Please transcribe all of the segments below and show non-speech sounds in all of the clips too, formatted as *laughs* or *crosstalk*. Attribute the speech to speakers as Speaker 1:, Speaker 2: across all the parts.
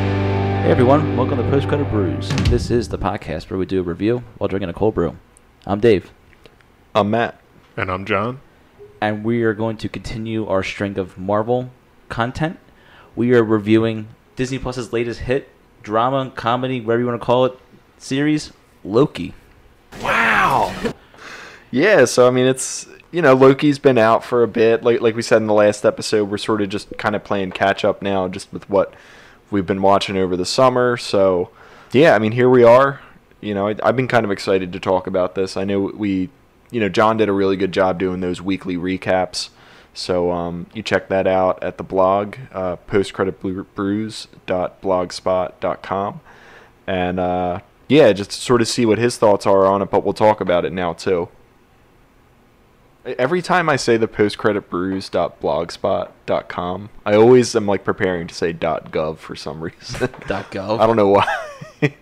Speaker 1: Hey everyone, welcome to Post Credit Brews. This is the podcast where we do a review while drinking a cold brew. I'm Dave,
Speaker 2: I'm Matt.
Speaker 3: And I'm John.
Speaker 1: and we are going to continue our string of Marvel content. We are reviewing Disney Plus's latest hit drama, comedy, whatever you want to call it, series Loki. *laughs*
Speaker 2: Yeah, so I mean, it's you know Loki's been out for a bit. Like like we said in the last episode, we're sort of just kind of playing catch up now, just with what we've been watching over the summer. So yeah, I mean, here we are. You know, I, I've been kind of excited to talk about this. I know we, you know, John did a really good job doing those weekly recaps. So um, you check that out at the blog, uh, postcreditbrews.blogspot.com. And uh, yeah, just sort of see what his thoughts are on it, but we'll talk about it now too. Every time I say the postcreditbrews.blogspot.com, I always am like preparing to say .gov for some reason. *laughs*
Speaker 1: Dot
Speaker 2: I
Speaker 1: gov.
Speaker 2: don't know why. *laughs*
Speaker 3: Give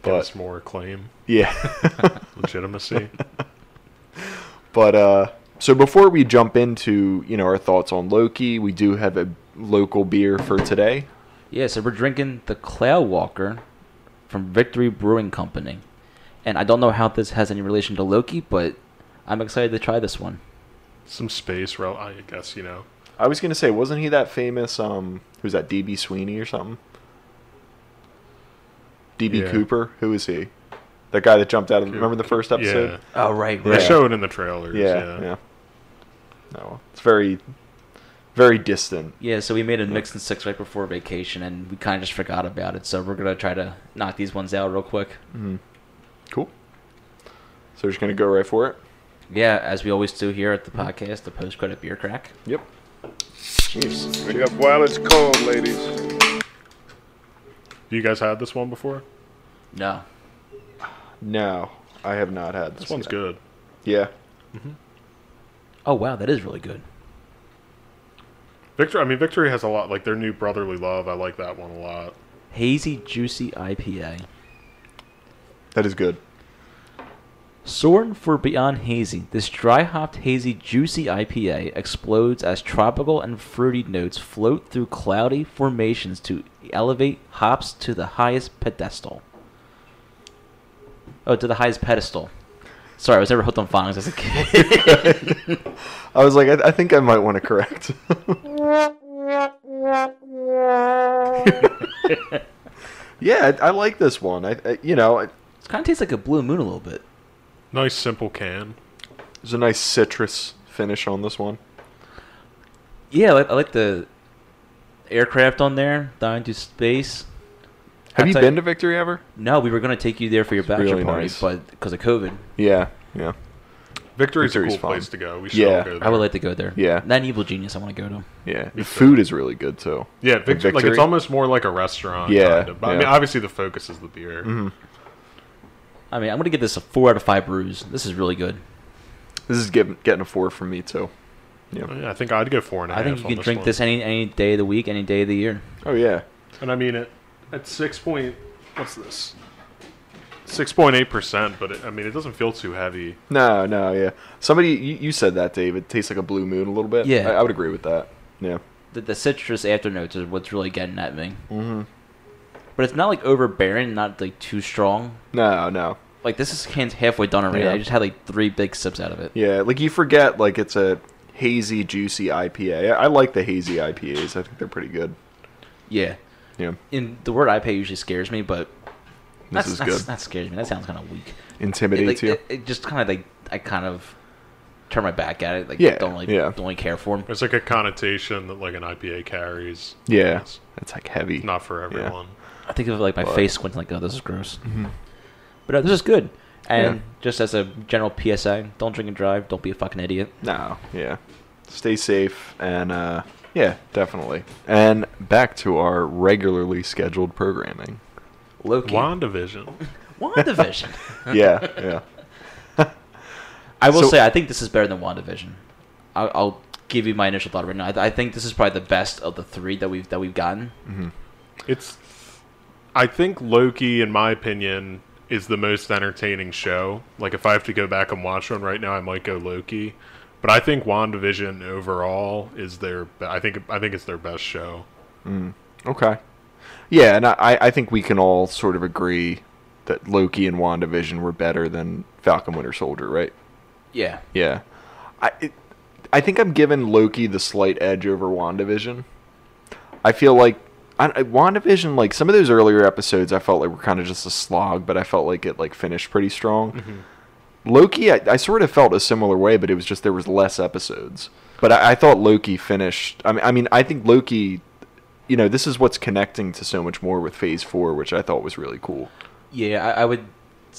Speaker 2: But-
Speaker 3: us more acclaim,
Speaker 2: yeah. *laughs*
Speaker 3: legitimacy.
Speaker 2: But uh, so before we jump into you know our thoughts on Loki, we do have a local beer for today.
Speaker 1: Yeah, so we're drinking the Cloud Walker from Victory Brewing Company, and I don't know how this has any relation to Loki, but I'm excited to try this one.
Speaker 3: Some space, rel- I guess, you know.
Speaker 2: I was gonna say, wasn't he that famous? Um, who's that? DB Sweeney or something? DB
Speaker 3: Yeah.
Speaker 2: Cooper? Who is he? That guy that jumped out of remember the first
Speaker 3: Yeah.
Speaker 2: episode?
Speaker 1: Oh right,
Speaker 2: Yeah.
Speaker 3: They show it in the trailers. Yeah.
Speaker 2: yeah. yeah. No, it's very, very distant.
Speaker 1: Yeah, so we made a mix and six right before vacation, and we kind of just forgot about it. So we're gonna try to knock these ones out real quick.
Speaker 2: Cool. So we're just gonna go right for it.
Speaker 1: Yeah, as we always do here at the podcast, the post credit beer crack.
Speaker 2: Yep. Cheers.
Speaker 4: Wake up while it's cold, ladies.
Speaker 3: You guys had this one before?
Speaker 1: No,
Speaker 2: No, I have not had this.
Speaker 3: This one's
Speaker 2: yet.
Speaker 3: good.
Speaker 2: Yeah.
Speaker 1: oh wow, that is really good.
Speaker 3: Victor, I mean, Victory has a lot, like their new Brotherly Love. I like that one a lot.
Speaker 1: Hazy juicy IPA.
Speaker 2: That is good. *laughs*
Speaker 1: Soaring for Beyond Hazy, this dry hopped hazy juicy IPA explodes as tropical and fruity notes float through cloudy formations to elevate hops to the highest pedestal. Oh, to the highest pedestal. Sorry, I was never hooked on phonics as a kid. *laughs*
Speaker 2: I was like, I, I think I might want to correct. *laughs* yeah, I, I like this one. I, I you know, it,
Speaker 1: it kind of tastes like a blue moon a little bit.
Speaker 3: Nice, simple can.
Speaker 2: there's a nice citrus finish on this one.
Speaker 1: Yeah, I like, I like the aircraft on there, dying to space.
Speaker 2: Have you
Speaker 1: That's
Speaker 2: been
Speaker 1: like-
Speaker 2: to Victory ever?
Speaker 1: No, we were going to take you there for your bachelor
Speaker 2: really
Speaker 1: party,
Speaker 2: nice.
Speaker 1: but because of COVID,
Speaker 2: Yeah, yeah.
Speaker 3: Victory's,
Speaker 2: Victory's
Speaker 3: a cool
Speaker 2: fun.
Speaker 3: place to go. We should
Speaker 2: Yeah.
Speaker 3: all go there.
Speaker 1: I would like to go there.
Speaker 2: Yeah.
Speaker 1: That evil genius I want to go to.
Speaker 2: Yeah, the food is really good too.
Speaker 3: yeah,
Speaker 2: The
Speaker 3: Victor, like it's almost more like a restaurant.
Speaker 2: Yeah,
Speaker 3: kind of. But, I
Speaker 2: yeah. Mm-hmm.
Speaker 3: mean, obviously the focus is the beer.
Speaker 1: I mean, I'm gonna give this a four out of five brews. This is really good.
Speaker 2: This is getting getting a four from me too. Yeah.
Speaker 3: Yeah, I think I'd go four and a
Speaker 1: I
Speaker 3: half.
Speaker 1: think you
Speaker 3: on
Speaker 1: can drink
Speaker 3: one.
Speaker 1: this any any day of the week, any day of the year.
Speaker 2: Oh yeah.
Speaker 3: And I mean it at six point. What's this? Six point eight percent, but it, I mean it doesn't feel too heavy.
Speaker 2: No, no, yeah. Somebody, you, you said that, Dave. It tastes like a blue moon a little bit.
Speaker 1: Yeah.
Speaker 2: I, I would agree with that. Yeah.
Speaker 1: The, the citrus afternotes is what's really getting at me. Mm-hmm. But it's not like overbearing, not like too strong.
Speaker 2: No, no.
Speaker 1: Like this is can's halfway done already.
Speaker 2: Yeah.
Speaker 1: I just had like three big sips out of it.
Speaker 2: Yeah, like you forget, like it's a hazy, juicy IPA. I, I like the hazy IPAs. I think they're pretty good.
Speaker 1: Yeah.
Speaker 2: Yeah,
Speaker 1: And the word IPA usually scares me, but
Speaker 2: this
Speaker 1: that's,
Speaker 2: is
Speaker 1: that's-
Speaker 2: good.
Speaker 1: That scares me. That sounds kind of weak. It, like,
Speaker 2: Intimidates you.
Speaker 1: it, it just kind of like I kind of turn my back at it. Like
Speaker 2: Yeah,
Speaker 1: don't really
Speaker 2: yeah.
Speaker 1: don't really care for 'em.
Speaker 3: It's like a connotation that like an IPA carries.
Speaker 2: yeah,
Speaker 3: It's
Speaker 2: it's like heavy.
Speaker 3: not for everyone.
Speaker 1: I think of like my
Speaker 2: But-
Speaker 1: face squinting, like, oh, this is gross. But uh, this is good. And
Speaker 2: Yeah.
Speaker 1: just as a general PSA, don't drink and drive. Don't be a fucking idiot.
Speaker 2: No, yeah. Stay safe and uh, yeah, definitely. And back to our regularly
Speaker 1: *laughs*
Speaker 2: scheduled programming.
Speaker 1: Loki.
Speaker 3: WandaVision.
Speaker 1: WandaVision.
Speaker 2: yeah, yeah.
Speaker 1: I will
Speaker 2: So-
Speaker 1: say, I think this is better than WandaVision. I'll, I'll give you my initial thought right now. I, I think this is probably the best of the three that we've that we've gotten.
Speaker 3: It's. I think Loki, in my opinion, is the most entertaining show. Like if I have to go back and watch one right now, I might go Loki. But I think WandaVision overall is their. be- I think I think it's their best show.
Speaker 2: Okay. Yeah, and I, I think we can all sort of agree that Loki and WandaVision were better than Falcon Winter Soldier, right?
Speaker 1: Yeah.
Speaker 2: Yeah. I it, I think I'm giving Loki the slight edge over WandaVision. I feel like I, I- WandaVision, like some of those earlier episodes, I felt like were kind of just a slog, but I felt like it like finished pretty
Speaker 3: Mm-hmm.
Speaker 2: strong. Loki, I, I sort of felt a similar way, but it was just there was less episodes. But I, I thought Loki finished. I mean, I mean, I think Loki. You know, this is what's connecting to so much more with Phase Four, which I thought was really cool.
Speaker 1: Yeah, I, I would.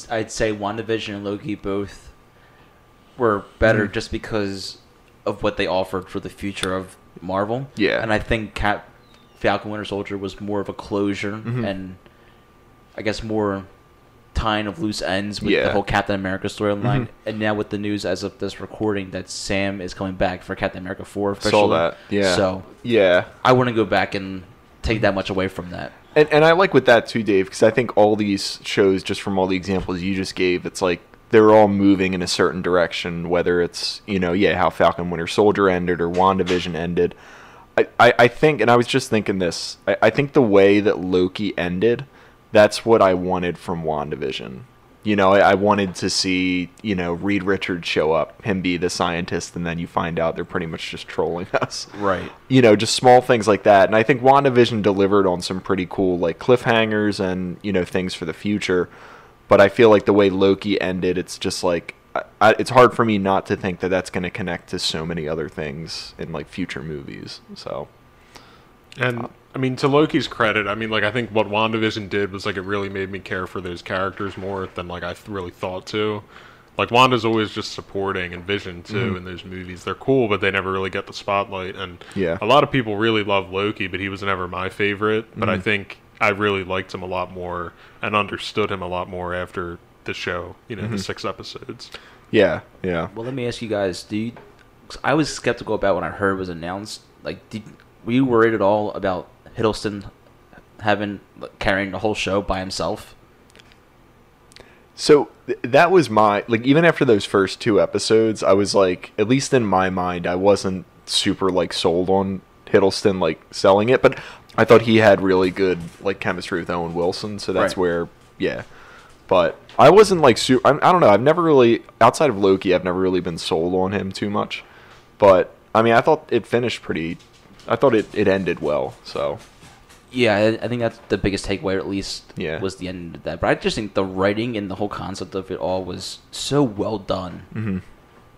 Speaker 1: I'd say WandaVision and Loki both were better
Speaker 2: Mm.
Speaker 1: just because of what they offered for the future of Marvel.
Speaker 2: Yeah.
Speaker 1: and I think Cap Falcon Winter Soldier was more of a closure
Speaker 2: Mhm.
Speaker 1: and I guess more tying of loose ends with the
Speaker 2: Yeah.
Speaker 1: whole Captain America storyline.
Speaker 2: Mhm.
Speaker 1: And now with the news as of this recording that Sam is coming back for Captain America Four officially.
Speaker 2: Saw that. Yeah.
Speaker 1: So
Speaker 2: Yeah.
Speaker 1: I wouldn't go back and take that much away from that.
Speaker 2: And, and I like with that too, Dave, because I think all these shows, just from all the examples you just gave, it's like they're all moving in a certain direction. Whether it's you know, yeah, how Falcon Winter Soldier ended or WandaVision ended. I, I, I think, and I was just thinking this. I, I think the way that Loki ended, that's what I wanted from WandaVision. You know, I, I wanted to see you know Reed Richards show up, him be the scientist, and then you find out they're pretty much just trolling *laughs* us
Speaker 1: Right.
Speaker 2: you know, just small things like that. And I think WandaVision delivered on some pretty cool like cliffhangers and, you know, things for the future. But I feel like the way Loki ended, it's just like I, I, it's hard for me not to think that that's going to connect to so many other things in like future movies. So,
Speaker 3: And I mean, to Loki's credit, I mean, like I think what WandaVision did was like it really made me care for those characters more than like I th- really thought to. Like Wanda's always just supporting and Vision too in those movies. They're cool, but they never really get the spotlight. And
Speaker 2: Yeah.
Speaker 3: a lot of people really love Loki, but he was never my favorite. But I think I really liked him a lot more and understood him a lot more after the show. You know, the six episodes.
Speaker 2: yeah, yeah.
Speaker 1: Well, let me ask you guys: Do you, 'cause I was skeptical about when I heard it was announced. Like, did, were you worried at all about Hiddleston having like, carrying the whole show by himself?
Speaker 2: So th- that was my like even after those first two episodes, I was like at least in my mind I wasn't super like sold on Hiddleston like selling it, but I thought he had really good like chemistry with Owen Wilson, so that's
Speaker 1: Right.
Speaker 2: where yeah. But I wasn't like super I, I don't know, I've never really outside of Loki, I've never really been sold on him too much. But I mean, I thought it finished pretty I thought it it ended well, so
Speaker 1: Yeah, I, I think that's the biggest takeaway, at least.
Speaker 2: Yeah.
Speaker 1: was the end of that. But I just think the writing and the whole concept of it all was so well done. Mm-hmm.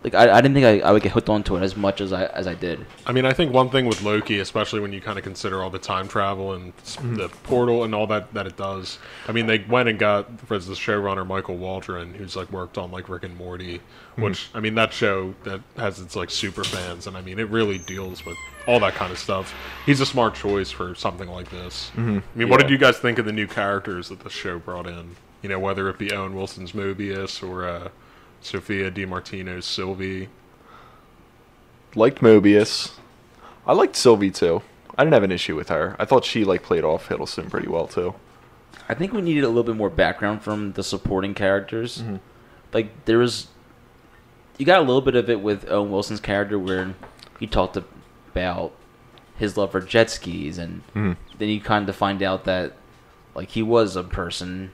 Speaker 1: Like, I, I didn't think I, I would get hooked onto it as much as I as I did.
Speaker 3: I mean, I think one thing with Loki, especially when you kind of consider all the time travel and s- the portal and all that that it does. I mean, they went and got as the showrunner Michael Waldron, who's like worked on like Rick and Morty, which I mean that show that has its like super fans, and I mean it really deals with all that kind of stuff. He's a smart choice for something like this. I mean, what
Speaker 2: Yeah.
Speaker 3: did you guys think of the new characters that the show brought in? You know, whether it be Owen Wilson's Mobius or uh, Sophia DiMartino's Sylvie.
Speaker 2: liked Mobius. I liked Sylvie too. I didn't have an issue with her. I thought she like played off Hiddleston pretty well too.
Speaker 1: I think we needed a little bit more background from the supporting characters. Like there was, you got a little bit of it with Owen Wilson's character where he talked about his love for jet skis, and
Speaker 2: Mm-hmm.
Speaker 1: then you kind of find out that like he was a person,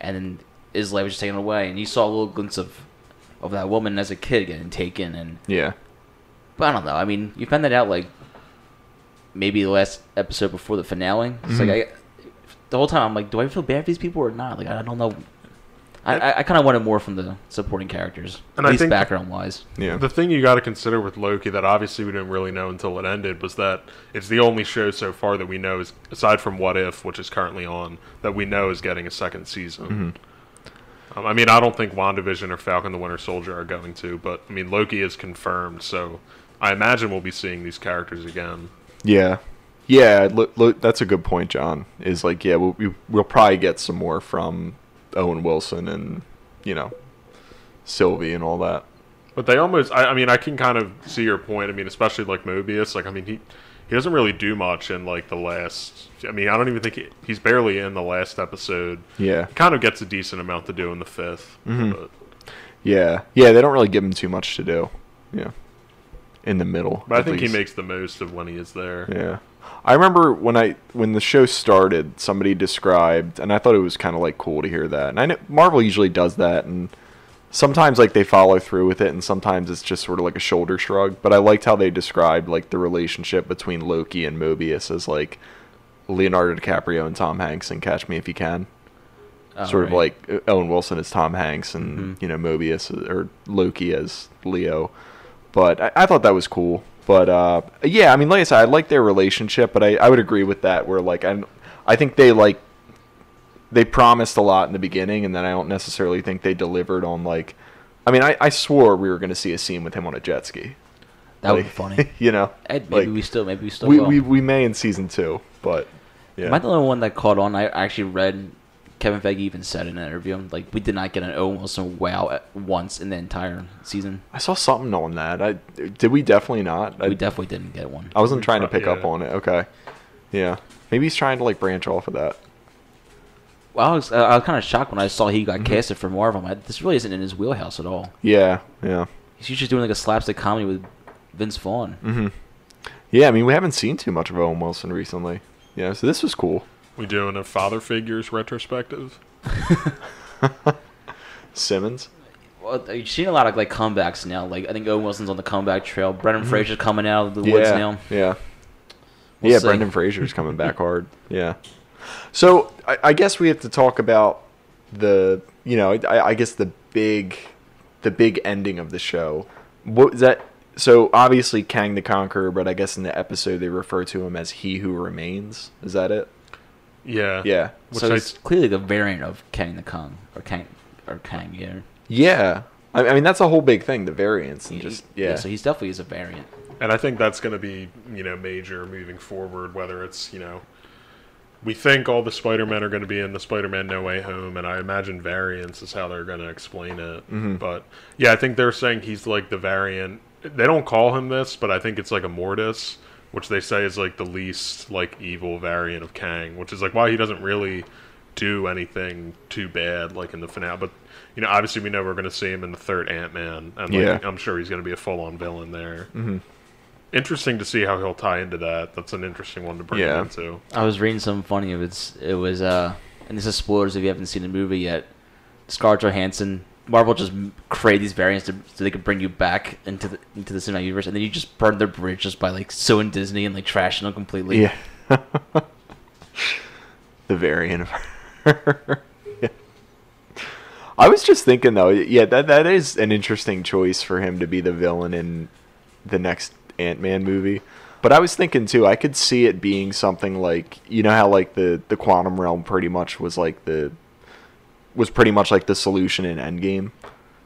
Speaker 1: and then his life was just taken away, and you saw a little glimpse of of that woman as a kid getting taken, and
Speaker 2: Yeah.
Speaker 1: but I don't know. I mean, you found that out like maybe the last episode before the finale. It's like
Speaker 2: Mm-hmm.
Speaker 1: I, the whole time I'm like, do I feel bad for these people or not? Like I don't know. I, I, I kind of wanted more from the supporting characters,
Speaker 3: And
Speaker 1: at
Speaker 3: I
Speaker 1: least
Speaker 3: think-
Speaker 1: background wise.
Speaker 2: Yeah.
Speaker 3: The thing you got to consider with Loki that obviously we didn't really know until it ended was that it's the only show so far that we know is aside from What If, which is currently on, that we know is getting a second season. Um, I mean, I don't think WandaVision or Falcon the Winter Soldier are going to, but I mean, Loki is confirmed, so I imagine we'll be seeing these characters again.
Speaker 2: yeah. Yeah, lo- lo- that's a good point, John. Is like, yeah, we'll, we- we'll probably get some more from Owen Wilson and, you know, Sylvie and all that.
Speaker 3: But they almost, I, I mean, I can kind of see your point. I mean, especially like Mobius, like, I mean, he. He doesn't really do much in like the last. I mean, I don't even think he, he's barely in the last episode.
Speaker 2: Yeah.
Speaker 3: kind of gets a decent amount to do in the 5th But
Speaker 2: Mm-hmm. Yeah. Yeah, they don't really give him too much to do. Yeah. in the middle.
Speaker 3: But I
Speaker 2: at
Speaker 3: think
Speaker 2: least.
Speaker 3: he makes the most of when he is there.
Speaker 2: Yeah. I remember when I when the show started, somebody described, and I thought it was kind of like cool to hear that. And I know Marvel usually does that, and sometimes like they follow through with it, and sometimes it's just sort of like a shoulder shrug. But I liked how they described like the relationship between Loki and Mobius as like Leonardo DiCaprio and Tom Hanks and Catch Me If You Can.
Speaker 1: Oh,
Speaker 2: *laughs* sort of
Speaker 1: right. Mm-hmm.
Speaker 2: like uh, Owen Wilson as Tom Hanks and you know Mobius or Loki as Leo. But I, I thought that was cool. But uh, yeah, I mean, like I said, I like their relationship, but I, I would agree with that. Where like I, I think they like they promised a lot in the beginning, and then I don't necessarily think they delivered on like. I mean, I, I swore we were going to see a scene with him on a jet ski.
Speaker 1: that would be
Speaker 2: Like, *laughs*
Speaker 1: funny.
Speaker 2: you know,
Speaker 1: Ed, maybe
Speaker 2: like,
Speaker 1: we still maybe we still
Speaker 2: we,
Speaker 1: will.
Speaker 2: we we may in season two, but yeah.
Speaker 1: Am I the only one that caught on? I actually read Kevin Feige even said in an interview, like we did not get an Owen Wilson wow at once in the entire season.
Speaker 2: I saw something on that. I did we definitely not. I,
Speaker 1: we definitely didn't get one.
Speaker 2: I wasn't trying to pick
Speaker 3: Yeah.
Speaker 2: up on it. Okay, yeah. Maybe he's trying to like branch off of that.
Speaker 1: Well, I was, uh, I was kind of shocked when I saw he got
Speaker 2: Mm-hmm.
Speaker 1: casted for Marvel. I'm like, this really isn't in his wheelhouse at all.
Speaker 2: Yeah, yeah,
Speaker 1: He's usually doing like a slapstick comedy with Vince Vaughn.
Speaker 2: Mm-hmm. yeah. I mean, we haven't seen too much of Owen Wilson recently. Yeah, so this was cool.
Speaker 3: We doing a father figures retrospective.
Speaker 2: Simmons.
Speaker 1: Well, uh, you've seen a lot of like comebacks now. Like I think Owen Wilson's on the comeback trail. Brendan Fraser's coming out of the woods
Speaker 2: Mm-hmm. yeah,
Speaker 1: now.
Speaker 2: yeah,
Speaker 1: We'll
Speaker 2: yeah.
Speaker 1: see.
Speaker 2: Brendan Fraser's coming back hard. Yeah. So I, I guess we have to talk about the you know I, I guess the big the big ending of the show. What is that? So obviously Kang the Conqueror, but I guess in the episode they refer to him as He Who Remains. Is that it?
Speaker 3: Yeah.
Speaker 2: Yeah.
Speaker 3: Which
Speaker 1: so
Speaker 3: I,
Speaker 1: it's clearly the variant of Kang the Kong or Kang or Kang. Yeah.
Speaker 2: Yeah. I, I mean that's a whole big thing, the variants and just yeah.
Speaker 1: So he's definitely is a variant.
Speaker 3: and I think that's going to be you know major moving forward. Whether it's you know, we think all the Spider Men are going to be in the Spider Man No Way Home, and I imagine variants is how they're going to explain it. But yeah, I think they're saying he's like the variant. They don't call him this, but I think it's like a Mortis, which they say is like the least like evil variant of Kang, which is like why he doesn't really do anything too bad like in the finale. But you know, obviously we know we're going to see him in the third Ant Man, and like,
Speaker 2: Yeah.
Speaker 3: I'm sure he's going to be a full on villain there. Interesting to see how he'll tie into that. That's an interesting one to bring
Speaker 2: Yeah.
Speaker 3: him into.
Speaker 1: I was reading something funny. It was it was uh, and this is spoilers if you haven't seen the movie yet. Scarlett Johansson, Marvel just m- created these variants to, so they could bring you back into the into the cinematic universe, and then you just burn their bridge just by like suing Disney and like trashing them completely.
Speaker 2: Yeah. *laughs* the variant of her. *laughs* Yeah. I was just thinking though, yeah, that that is an interesting choice for him to be the villain in the next Ant Man movie. But I was thinking too, I could see it being something like you know how like the the quantum realm pretty much was like the was pretty much like the solution in Endgame.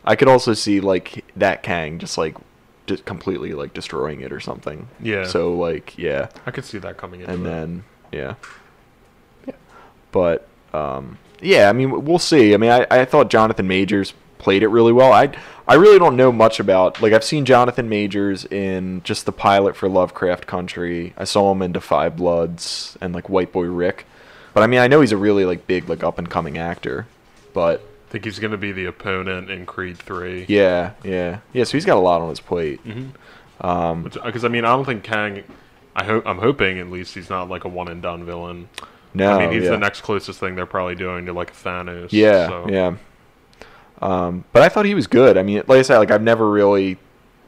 Speaker 2: I could also see like that Kang just like just completely like destroying it or something.
Speaker 3: Yeah.
Speaker 2: So like yeah
Speaker 3: I could see that coming into
Speaker 2: and
Speaker 3: it.
Speaker 2: then yeah, yeah. But um, yeah, I mean, we'll see. I mean, I, I thought Jonathan Majors played it really well. I I really don't know much about like I've seen Jonathan Majors in just the pilot for Lovecraft Country. I saw him in Defy Bloods and like White Boy Rick. But I mean, I know he's a really like big like up and coming actor. But
Speaker 3: I think he's going to be the opponent in Creed Three.
Speaker 2: yeah, yeah, yeah. So he's got a lot on his plate.
Speaker 3: Mm-hmm. Because uh, I mean, I don't think Kang. I hope I'm hoping at least he's not like a one and done villain.
Speaker 2: No,
Speaker 3: I mean, he's
Speaker 2: yeah.
Speaker 3: the next closest thing they're probably doing to like a Thanos.
Speaker 2: Yeah,
Speaker 3: so.
Speaker 2: yeah. Um, but I thought he was good. I mean, like I said, like I've never really,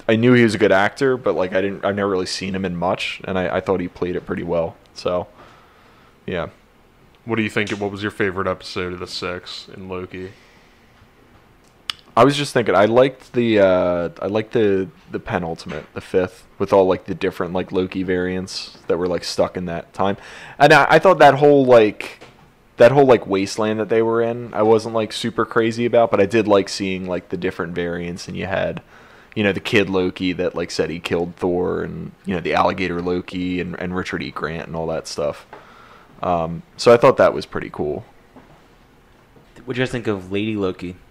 Speaker 2: I knew he was a good actor, but like I didn't, I've never really seen him in much, and I, I thought he played it pretty well. So, yeah.
Speaker 3: What do you think? What was your favorite episode of the six in Loki?
Speaker 2: I was just thinking, I liked the, uh, I liked the the penultimate, the fifth, with all like the different like Loki variants that were like stuck in that time, and I, I thought that whole like, that whole like wasteland that they were in, I wasn't like super crazy about, but I did like seeing like the different variants, and you had, you know, the kid Loki that like said he killed Thor, and you know the alligator Loki, and and Richard E. Grant, and all that stuff. Um, so I thought that was pretty cool.
Speaker 1: What do you guys think of Lady Loki? *laughs*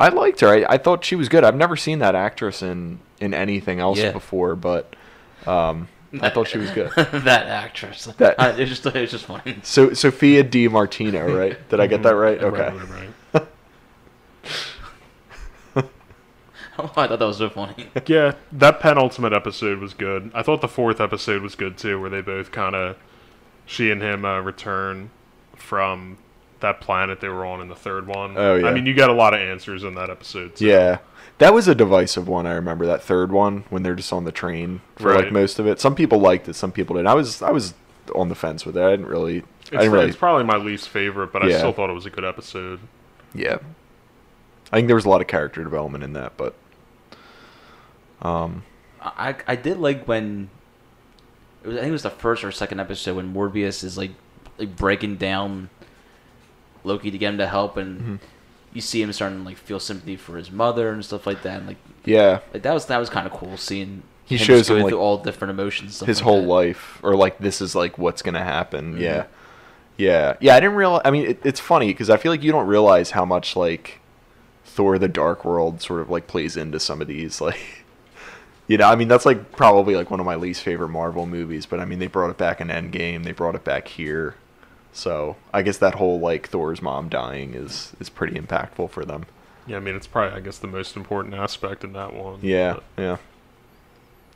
Speaker 2: I liked her. I, I thought she was good. I've never seen that actress in in anything else
Speaker 1: Yeah.
Speaker 2: before, but um, I thought she
Speaker 1: *laughs*
Speaker 2: was good.
Speaker 1: that actress.
Speaker 2: That-
Speaker 1: Uh, it's just it's just funny. *laughs*
Speaker 2: So Sophia Di Martino, right?
Speaker 3: *laughs*
Speaker 2: Did I get that right?
Speaker 3: Right,
Speaker 2: Okay.
Speaker 3: right, right.
Speaker 1: I thought that was so funny.
Speaker 3: Yeah, that penultimate episode was good. I thought the fourth episode was good too, where they both kind of, she and him uh, return from that planet they were on in the third one.
Speaker 2: Oh, yeah.
Speaker 3: I mean, you got a lot of answers in that episode. Too.
Speaker 2: Yeah. That was a divisive one. I remember that third one when they're just on the train for like
Speaker 3: Right.
Speaker 2: most of it. Some people liked it, some people didn't. I was I was on the fence with that. I didn't really. I
Speaker 3: It's,
Speaker 2: didn't really.
Speaker 3: it's probably my least favorite, but I
Speaker 2: Yeah.
Speaker 3: still thought it was a good episode.
Speaker 2: Yeah. I think there was a lot of character development in that, but
Speaker 1: I I did like when it was, I think it was the first or second episode when Morbius is like like breaking down Loki to get him to help, and
Speaker 2: Mm-hmm.
Speaker 1: you see him starting to like feel sympathy for his mother and stuff like that. And like
Speaker 2: yeah,
Speaker 1: like that was that was kind of cool seeing.
Speaker 2: He
Speaker 1: just
Speaker 2: shows him,
Speaker 1: going
Speaker 2: like,
Speaker 1: through all different emotions. and stuff
Speaker 2: his
Speaker 1: like
Speaker 2: whole
Speaker 1: that. Mm-hmm.
Speaker 2: life or like this is like what's gonna happen yeah yeah yeah i didn't realize i mean it, it's funny because i feel like you don't realize how much like thor the dark world sort of like plays into some of these *laughs* like you know i mean that's like probably like one of my least favorite marvel movies but i mean they brought it back in endgame they brought it back here so i guess that whole like thor's mom dying is is pretty impactful for them
Speaker 3: Yeah, I mean, it's probably I guess the most important aspect in that one.
Speaker 2: yeah
Speaker 3: but-
Speaker 2: yeah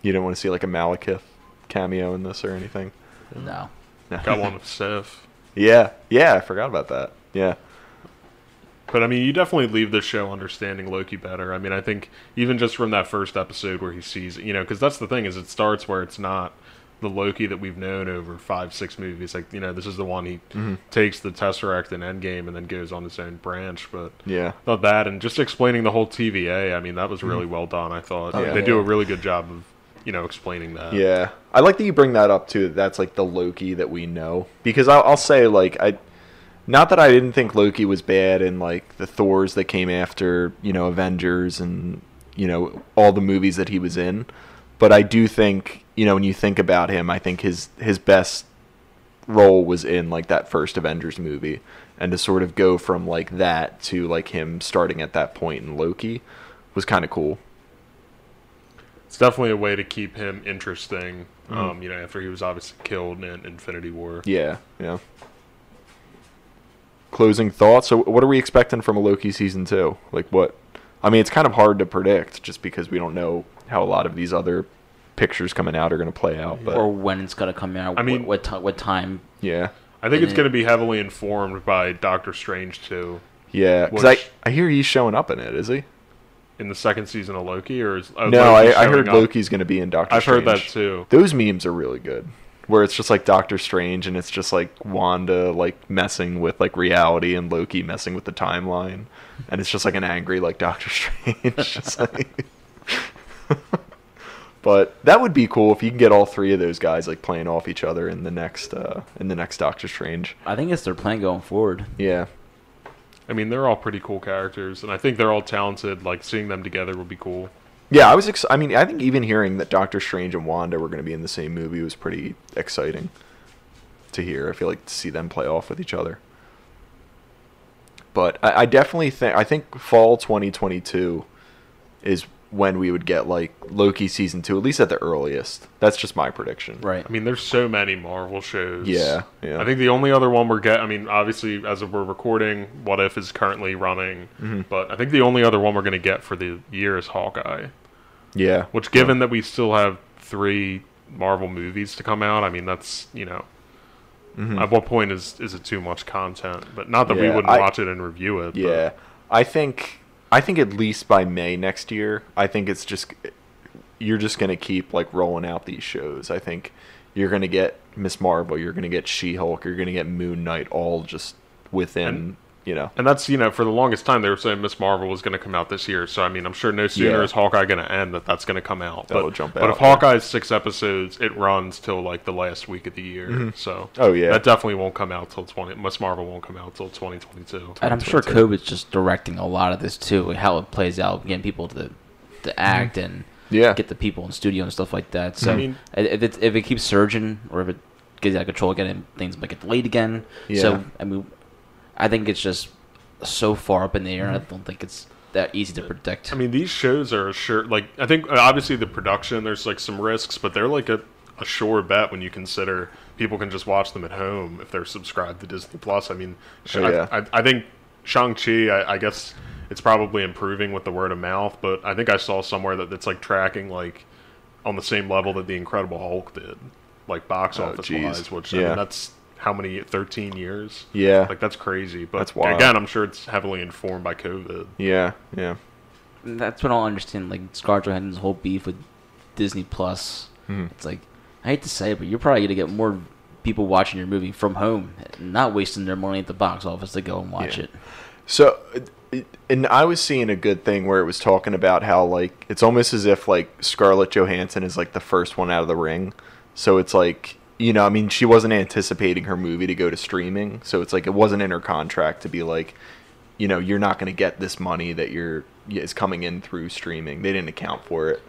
Speaker 2: you don't want to see like a malekith cameo in this or anything
Speaker 1: No,
Speaker 2: No. *laughs*
Speaker 3: got one with Sif.
Speaker 2: Yeah, yeah, I forgot about that. Yeah,
Speaker 3: But I mean, you definitely leave the show understanding Loki better. I mean, I think even just from that first episode where he sees, you know, because that's the thing is it starts where it's not the Loki that we've known over five, six movies. Like, you know, this is the one he
Speaker 2: Mm-hmm.
Speaker 3: takes the Tesseract in Endgame and then goes on his own branch. But
Speaker 2: yeah,
Speaker 3: not that, and just explaining the whole TVA. I mean, that was really well done. I thought
Speaker 2: Mm-hmm. Oh, yeah.
Speaker 3: they do a really good job of, you know, explaining that.
Speaker 2: yeah. I like that you bring that up too. that That's like the Loki that we know because I'll, I'll say like I, not that I didn't think Loki was bad in like the Thors that came after you know Avengers and you know all the movies that he was in, but I do think you know when you think about him, I think his his best role was in like that first Avengers movie and to sort of go from like that to like him starting at that point in Loki was kind of cool.
Speaker 3: It's definitely a way to keep him interesting.
Speaker 2: Mm-hmm.
Speaker 3: Um, you know, after he was obviously killed in Infinity War.
Speaker 2: Yeah, yeah. Closing thoughts. So, what are we expecting from a Loki season two? Like, what? I mean, it's kind of hard to predict just because we don't know how a lot of these other pictures coming out are going to play out. But
Speaker 1: or when it's gonna come out.
Speaker 3: I mean-
Speaker 1: what what, ti- what time?
Speaker 2: yeah,
Speaker 3: I think
Speaker 1: And
Speaker 3: it's
Speaker 1: it-
Speaker 3: going to be heavily informed by Doctor Strange too
Speaker 2: yeah. Because I
Speaker 3: Which-
Speaker 2: I hear he's showing up in it. Is he? in
Speaker 3: in the second season of Loki, or is oh,
Speaker 2: no,
Speaker 3: Loki's
Speaker 2: I, I
Speaker 3: showing
Speaker 2: heard
Speaker 3: up.
Speaker 2: Loki's going to be in Doctor.
Speaker 3: I've heard that
Speaker 2: Strange.
Speaker 3: too.
Speaker 2: Those memes are really good. Where it's just like Doctor Strange and it's just like Wanda like messing with like reality and Loki messing with the timeline. And it's just like an angry like *laughs* Doctor Strange. Just like- *laughs* but that would be cool if you can get all three of those guys like playing off each other in the next uh in the next Doctor Strange.
Speaker 1: I think it's their plan going forward.
Speaker 2: Yeah.
Speaker 3: I mean, they're all pretty cool characters, and I think they're all talented. Like seeing them together would be cool.
Speaker 2: Yeah, I was ex- I mean, I think even hearing that Doctor Strange and Wanda were going to be in the same movie was pretty exciting to hear. I feel like to see them play off with each other. But I, I definitely think I think fall 2022 is when we would get like Loki season 2 at least at the earliest. That's just my prediction.
Speaker 1: Right.
Speaker 3: I mean, there's so many Marvel shows.
Speaker 2: Yeah, yeah.
Speaker 3: I think the only other one we're get. I mean, obviously, as of we're recording, What If is currently running,
Speaker 2: Mm-hmm.
Speaker 3: but I think the only other one we're going to get for the year is Hawkeye.
Speaker 2: Yeah.
Speaker 3: Which, given that we still have three Marvel movies to come out, I mean, that's you know, at what point is is it too much content? But not that we
Speaker 2: Mm-hmm. Yeah,
Speaker 3: wouldn't
Speaker 2: I-
Speaker 3: watch it and review it. but-
Speaker 2: Yeah, I think I think at least by May next year, I think it's just you're just gonna keep like rolling out these shows. I think you're gonna get Miss Marvel, you're gonna get She Hulk, you're gonna get Moon Knight, all just within
Speaker 3: And-
Speaker 2: you know.
Speaker 3: And that's you know for the longest time they were saying Miss Marvel was going to come out this year. So I mean I'm sure no sooner
Speaker 2: Yeah.
Speaker 3: is Hawkeye going to end that that's going to come out.
Speaker 2: That'll
Speaker 3: but
Speaker 2: jump
Speaker 3: but
Speaker 2: out,
Speaker 3: if
Speaker 2: yeah.
Speaker 3: Hawkeye's six episodes, it runs till like the last week of the year. So
Speaker 2: Oh, yeah.
Speaker 3: that definitely won't come out till 20. Miss Marvel won't come out till 2022.
Speaker 1: And I'm sure COVID's just directing a lot of this too, how it plays out, getting people to to act and
Speaker 2: Yeah.
Speaker 1: get the people in studio and stuff like that. So
Speaker 3: I mean-
Speaker 1: if it if it keeps surging or if it gets out of control again, and things might get delayed again.
Speaker 2: Yeah.
Speaker 1: So I mean, I think it's just so far up in the air. I don't think it's that easy to predict.
Speaker 3: I mean these shows are sure like I think uh, obviously the production there's like some risks, but they're like a a sure bet when you consider people can just watch them at home if they're subscribed to Disney Plus. I mean, sh-
Speaker 2: Oh, yeah.
Speaker 3: I, I, I think Shang Chi. I, I guess it's probably improving with the word of mouth. But I think I saw somewhere that it's like tracking like on the same level that the Incredible Hulk did, like box
Speaker 2: Oh,
Speaker 3: office
Speaker 2: geez.
Speaker 3: wise. Which I
Speaker 2: Yeah.
Speaker 3: mean, that's how many thirteen years.
Speaker 2: Yeah.
Speaker 3: Like that's crazy, but
Speaker 2: That's wild.
Speaker 3: again, I'm sure it's heavily informed by COVID.
Speaker 2: yeah. Yeah.
Speaker 1: And that's when I'll understand like Scarlett Johansson's whole beef with Disney Plus.
Speaker 2: Mm-hmm.
Speaker 1: It's like I hate to say it, but you're probably gonna get more people watching your movie from home, not wasting their money at the box office to go and watch
Speaker 2: Yeah.
Speaker 1: it.
Speaker 2: So, it- it- and I was seeing a good thing where it was talking about how like it's almost as if like Scarlett Johansson is like the first one out of the ring. So it's like you know, I mean, she wasn't anticipating her movie to go to streaming. So it's like it wasn't in her contract to be like, you know, you're not going to get this money that you're is coming in through streaming. They didn't account for it.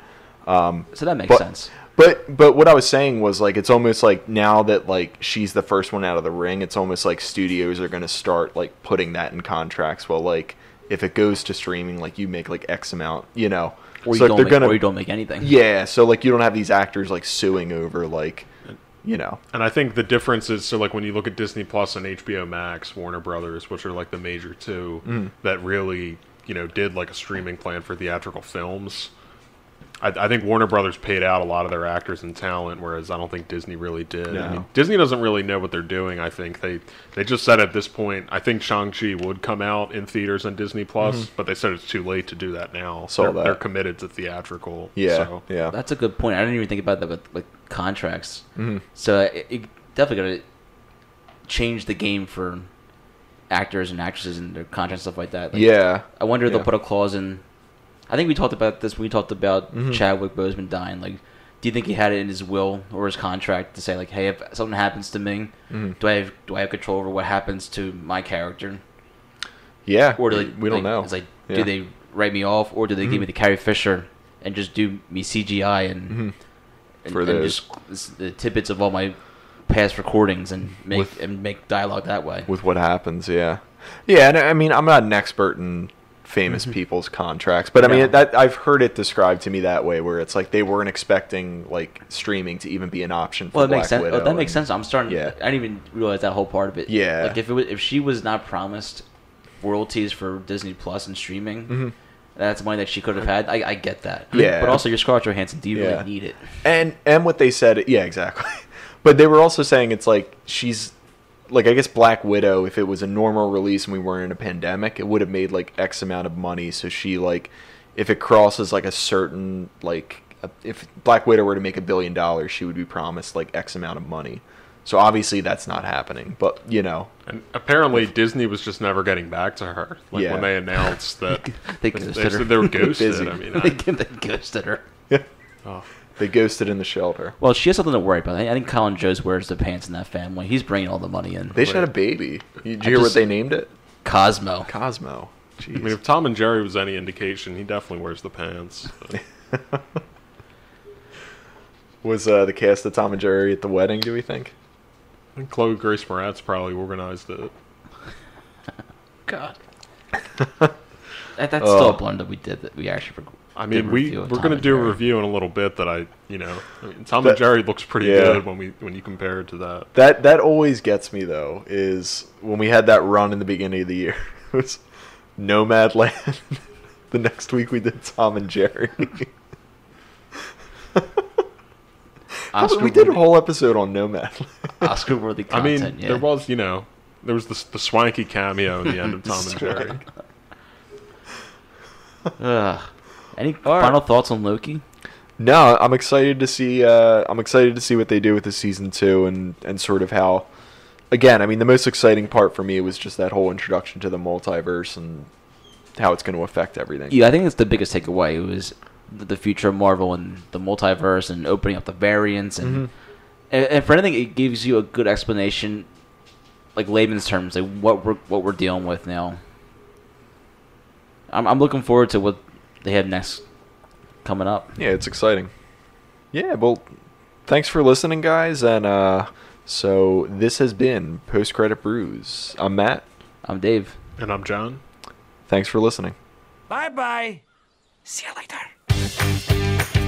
Speaker 1: So that makes
Speaker 2: But-
Speaker 1: sense.
Speaker 2: But but what I was saying was like it's almost like now that like she's the first one out of the ring, it's almost like studios are going to start like putting that in contracts. Well, like if it goes to streaming, like you make like X amount, you know,
Speaker 1: Or you
Speaker 2: So if
Speaker 1: don't
Speaker 2: they're
Speaker 1: make,
Speaker 2: gonna-
Speaker 1: or you don't make anything.
Speaker 2: yeah. So like you don't have these actors like suing over like you know
Speaker 3: And I think the difference is so like when you look at Disney Plus and HBO Max, Warner Brothers, which are like the major 2
Speaker 2: Mm.
Speaker 3: that really you know did like a streaming plan for theatrical films. I, I think Warner Brothers paid out a lot of their actors and talent, whereas I don't think Disney really did. I
Speaker 2: No.
Speaker 3: mean, Disney doesn't really know what they're doing. I think they they just said at this point, I think Shang Chi would come out in theaters and Disney Plus, but they said it's too late to do that now.
Speaker 2: Mm-hmm. Saw
Speaker 3: they're,
Speaker 2: that.
Speaker 3: they're committed to theatrical.
Speaker 2: yeah
Speaker 3: so.
Speaker 2: yeah
Speaker 1: That's a good point. I didn't even think about that with like contracts.
Speaker 2: Mm-hmm.
Speaker 1: So it, it definitely gonna change the game for actors and actresses and their contracts and stuff like that. Like,
Speaker 2: yeah
Speaker 1: I wonder if they'll
Speaker 2: Yeah.
Speaker 1: put a clause in. I think we talked about this when we talked about
Speaker 2: Mm-hmm.
Speaker 1: Chadwick Boseman dying. Like, do you think he had it in his will or his contract to say like, hey, if something happens to me,
Speaker 2: Mm-hmm.
Speaker 1: do I have do I have control over what happens to my character?
Speaker 2: yeah.
Speaker 1: Or do they,
Speaker 2: we don't
Speaker 1: like,
Speaker 2: know.
Speaker 1: It's like,
Speaker 2: Yeah. Mm-hmm.
Speaker 1: do they write me off or do they give me the Carrie Fisher and just do me CGI and and,
Speaker 2: Mm-hmm. For
Speaker 1: and just s- the tidbits of all my past recordings and make
Speaker 2: With-
Speaker 1: and make dialogue that way?
Speaker 2: with what happens. Yeah, yeah. And I mean, I'm not an expert in famous people's contracts, but I mean
Speaker 1: Mm-hmm. No.
Speaker 2: that I've heard it described to me that way, where it's like they weren't expecting like streaming to even be an option. For
Speaker 1: Well, that
Speaker 2: Black
Speaker 1: makes sense.
Speaker 2: Widow
Speaker 1: Oh, that makes
Speaker 2: and-
Speaker 1: sense. I'm starting.
Speaker 2: Yeah.
Speaker 1: I didn't even realize that whole part of it.
Speaker 2: Yeah.
Speaker 1: Like if it was, if she was not promised royalties for Disney Plus and streaming, that's money that she could have had. I, I get that.
Speaker 2: Mm-hmm. Yeah.
Speaker 1: But also, your Scarlett Johansson, do you
Speaker 2: Yeah.
Speaker 1: really need it?
Speaker 2: And and what they said, yeah, exactly. *laughs* But they were also saying it's like she's like I guess Black Widow. If it was a normal release and we weren't in a pandemic, it would have made like X amount of money. So she like if it crosses like a certain like a- if Black Widow were to make a billion dollars, she would be promised like X amount of money. So obviously that's not happening. But you know, *laughs*
Speaker 3: And apparently Disney was just never getting back to her. Like
Speaker 2: Yeah.
Speaker 3: when they announced that
Speaker 1: *laughs* They
Speaker 3: they,
Speaker 1: ghosted her. *laughs*
Speaker 3: said they were ghosted.
Speaker 2: Busy.
Speaker 3: I
Speaker 2: *laughs*
Speaker 3: mean,
Speaker 1: they
Speaker 3: I,
Speaker 1: give- they ghosted her.
Speaker 3: oh,
Speaker 2: they ghosted in the shelter.
Speaker 1: Well, she has something to worry about. I I think Colin Jost wears the pants in that family. He's bringing all the money in.
Speaker 2: They should had a baby. You- Did
Speaker 1: I
Speaker 2: you hear
Speaker 1: just-
Speaker 2: what they named it?
Speaker 1: Cosmo.
Speaker 2: Cosmo. Jeez.
Speaker 3: I mean, if Tom and Jerry was any indication, he definitely wears
Speaker 1: *laughs*
Speaker 3: the pants.
Speaker 2: was uh, the cast of Tom and Jerry at the wedding? Do we think?
Speaker 3: and Chloe Grace Moretz probably organized it.
Speaker 1: God. *laughs* that, that's still
Speaker 2: Oh.
Speaker 1: a blunder we did that we actually. rec-
Speaker 3: I
Speaker 1: did
Speaker 3: mean, we
Speaker 1: review
Speaker 3: we're
Speaker 1: of Tom
Speaker 3: gonna
Speaker 1: and
Speaker 3: do a
Speaker 1: Jerry.
Speaker 3: review in a little bit that I, you know, I mean, Tom
Speaker 2: That-
Speaker 3: and Jerry looks pretty
Speaker 2: yeah.
Speaker 3: good when we when you compare it to that.
Speaker 2: That that always gets me though is when we had that run in the beginning of the year. *laughs* It was Nomad Land. *laughs* the next week we did Tom and Jerry. *laughs*
Speaker 1: Oscar
Speaker 2: we did a
Speaker 1: worthy-
Speaker 2: whole episode on Nomad.
Speaker 1: Oscar worthy
Speaker 3: I
Speaker 1: content.
Speaker 3: mean,
Speaker 1: yeah.
Speaker 3: there was you know there was this, the swanky cameo in the
Speaker 1: *laughs*
Speaker 3: end of Tom and Jerry.
Speaker 1: Ugh. Any final thoughts on Loki?
Speaker 2: *laughs* No, I'm excited to see. Uh, I'm excited to see what they do with the season two and and sort of how. Again, I mean, the most exciting part for me was just that whole introduction to the multiverse and how it's going to affect everything.
Speaker 1: Yeah, I think that's the biggest takeaway. It was th- the future of Marvel and the multiverse and opening up the variants and and, and for anything, it gives you a good explanation, like layman's terms, like what we're what we're dealing with now. I'm I'm looking forward to what they have next coming up.
Speaker 2: Yeah, it's exciting. Yeah, well, thanks for listening, guys. And uh, so this has been Post Credit Brews. I'm Matt.
Speaker 1: I'm Dave.
Speaker 3: And I'm John.
Speaker 2: Thanks for listening.
Speaker 5: Bye bye. See you later.